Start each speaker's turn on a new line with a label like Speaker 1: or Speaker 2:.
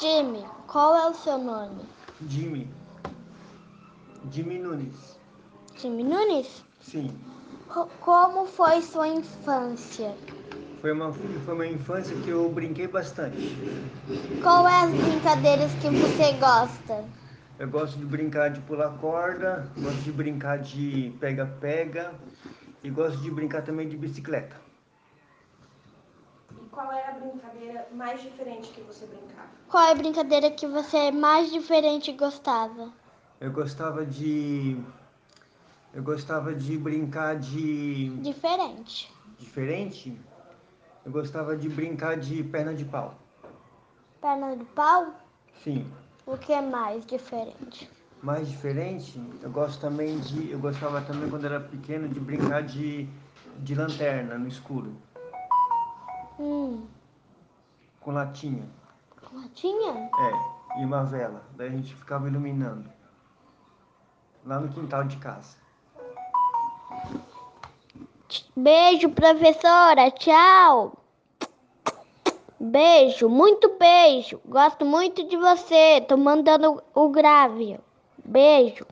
Speaker 1: Jimmy, qual é o seu nome?
Speaker 2: Jimmy. Jimmy Nunes.
Speaker 1: Jimmy Nunes?
Speaker 2: Sim.
Speaker 1: Co- Como foi sua infância?
Speaker 2: Foi uma, foi uma infância que eu brinquei bastante.
Speaker 1: Qual é as brincadeiras que você gosta?
Speaker 2: Eu gosto de brincar de pular corda, gosto de brincar de pega-pega e gosto de brincar também de bicicleta.
Speaker 3: E qual era a brincadeira mais diferente que você brincava?
Speaker 1: Qual é a brincadeira que você mais diferente gostava?
Speaker 2: Eu gostava de. Eu gostava de brincar de.
Speaker 1: Diferente.
Speaker 2: diferente. Eu gostava de brincar de perna de pau.
Speaker 1: Perna de pau?
Speaker 2: Sim.
Speaker 1: O que é mais diferente?
Speaker 2: Mais diferente, eu gosto também de. Eu gostava também quando era pequeno de brincar de, de lanterna no escuro,
Speaker 1: Hum,
Speaker 2: com latinha.
Speaker 1: latinha?
Speaker 2: É, e uma vela. Daí a gente ficava iluminando. Lá no quintal de casa.
Speaker 1: Beijo, professora. Tchau. Beijo, muito beijo. Gosto muito de você. Tô mandando o grave. Beijo.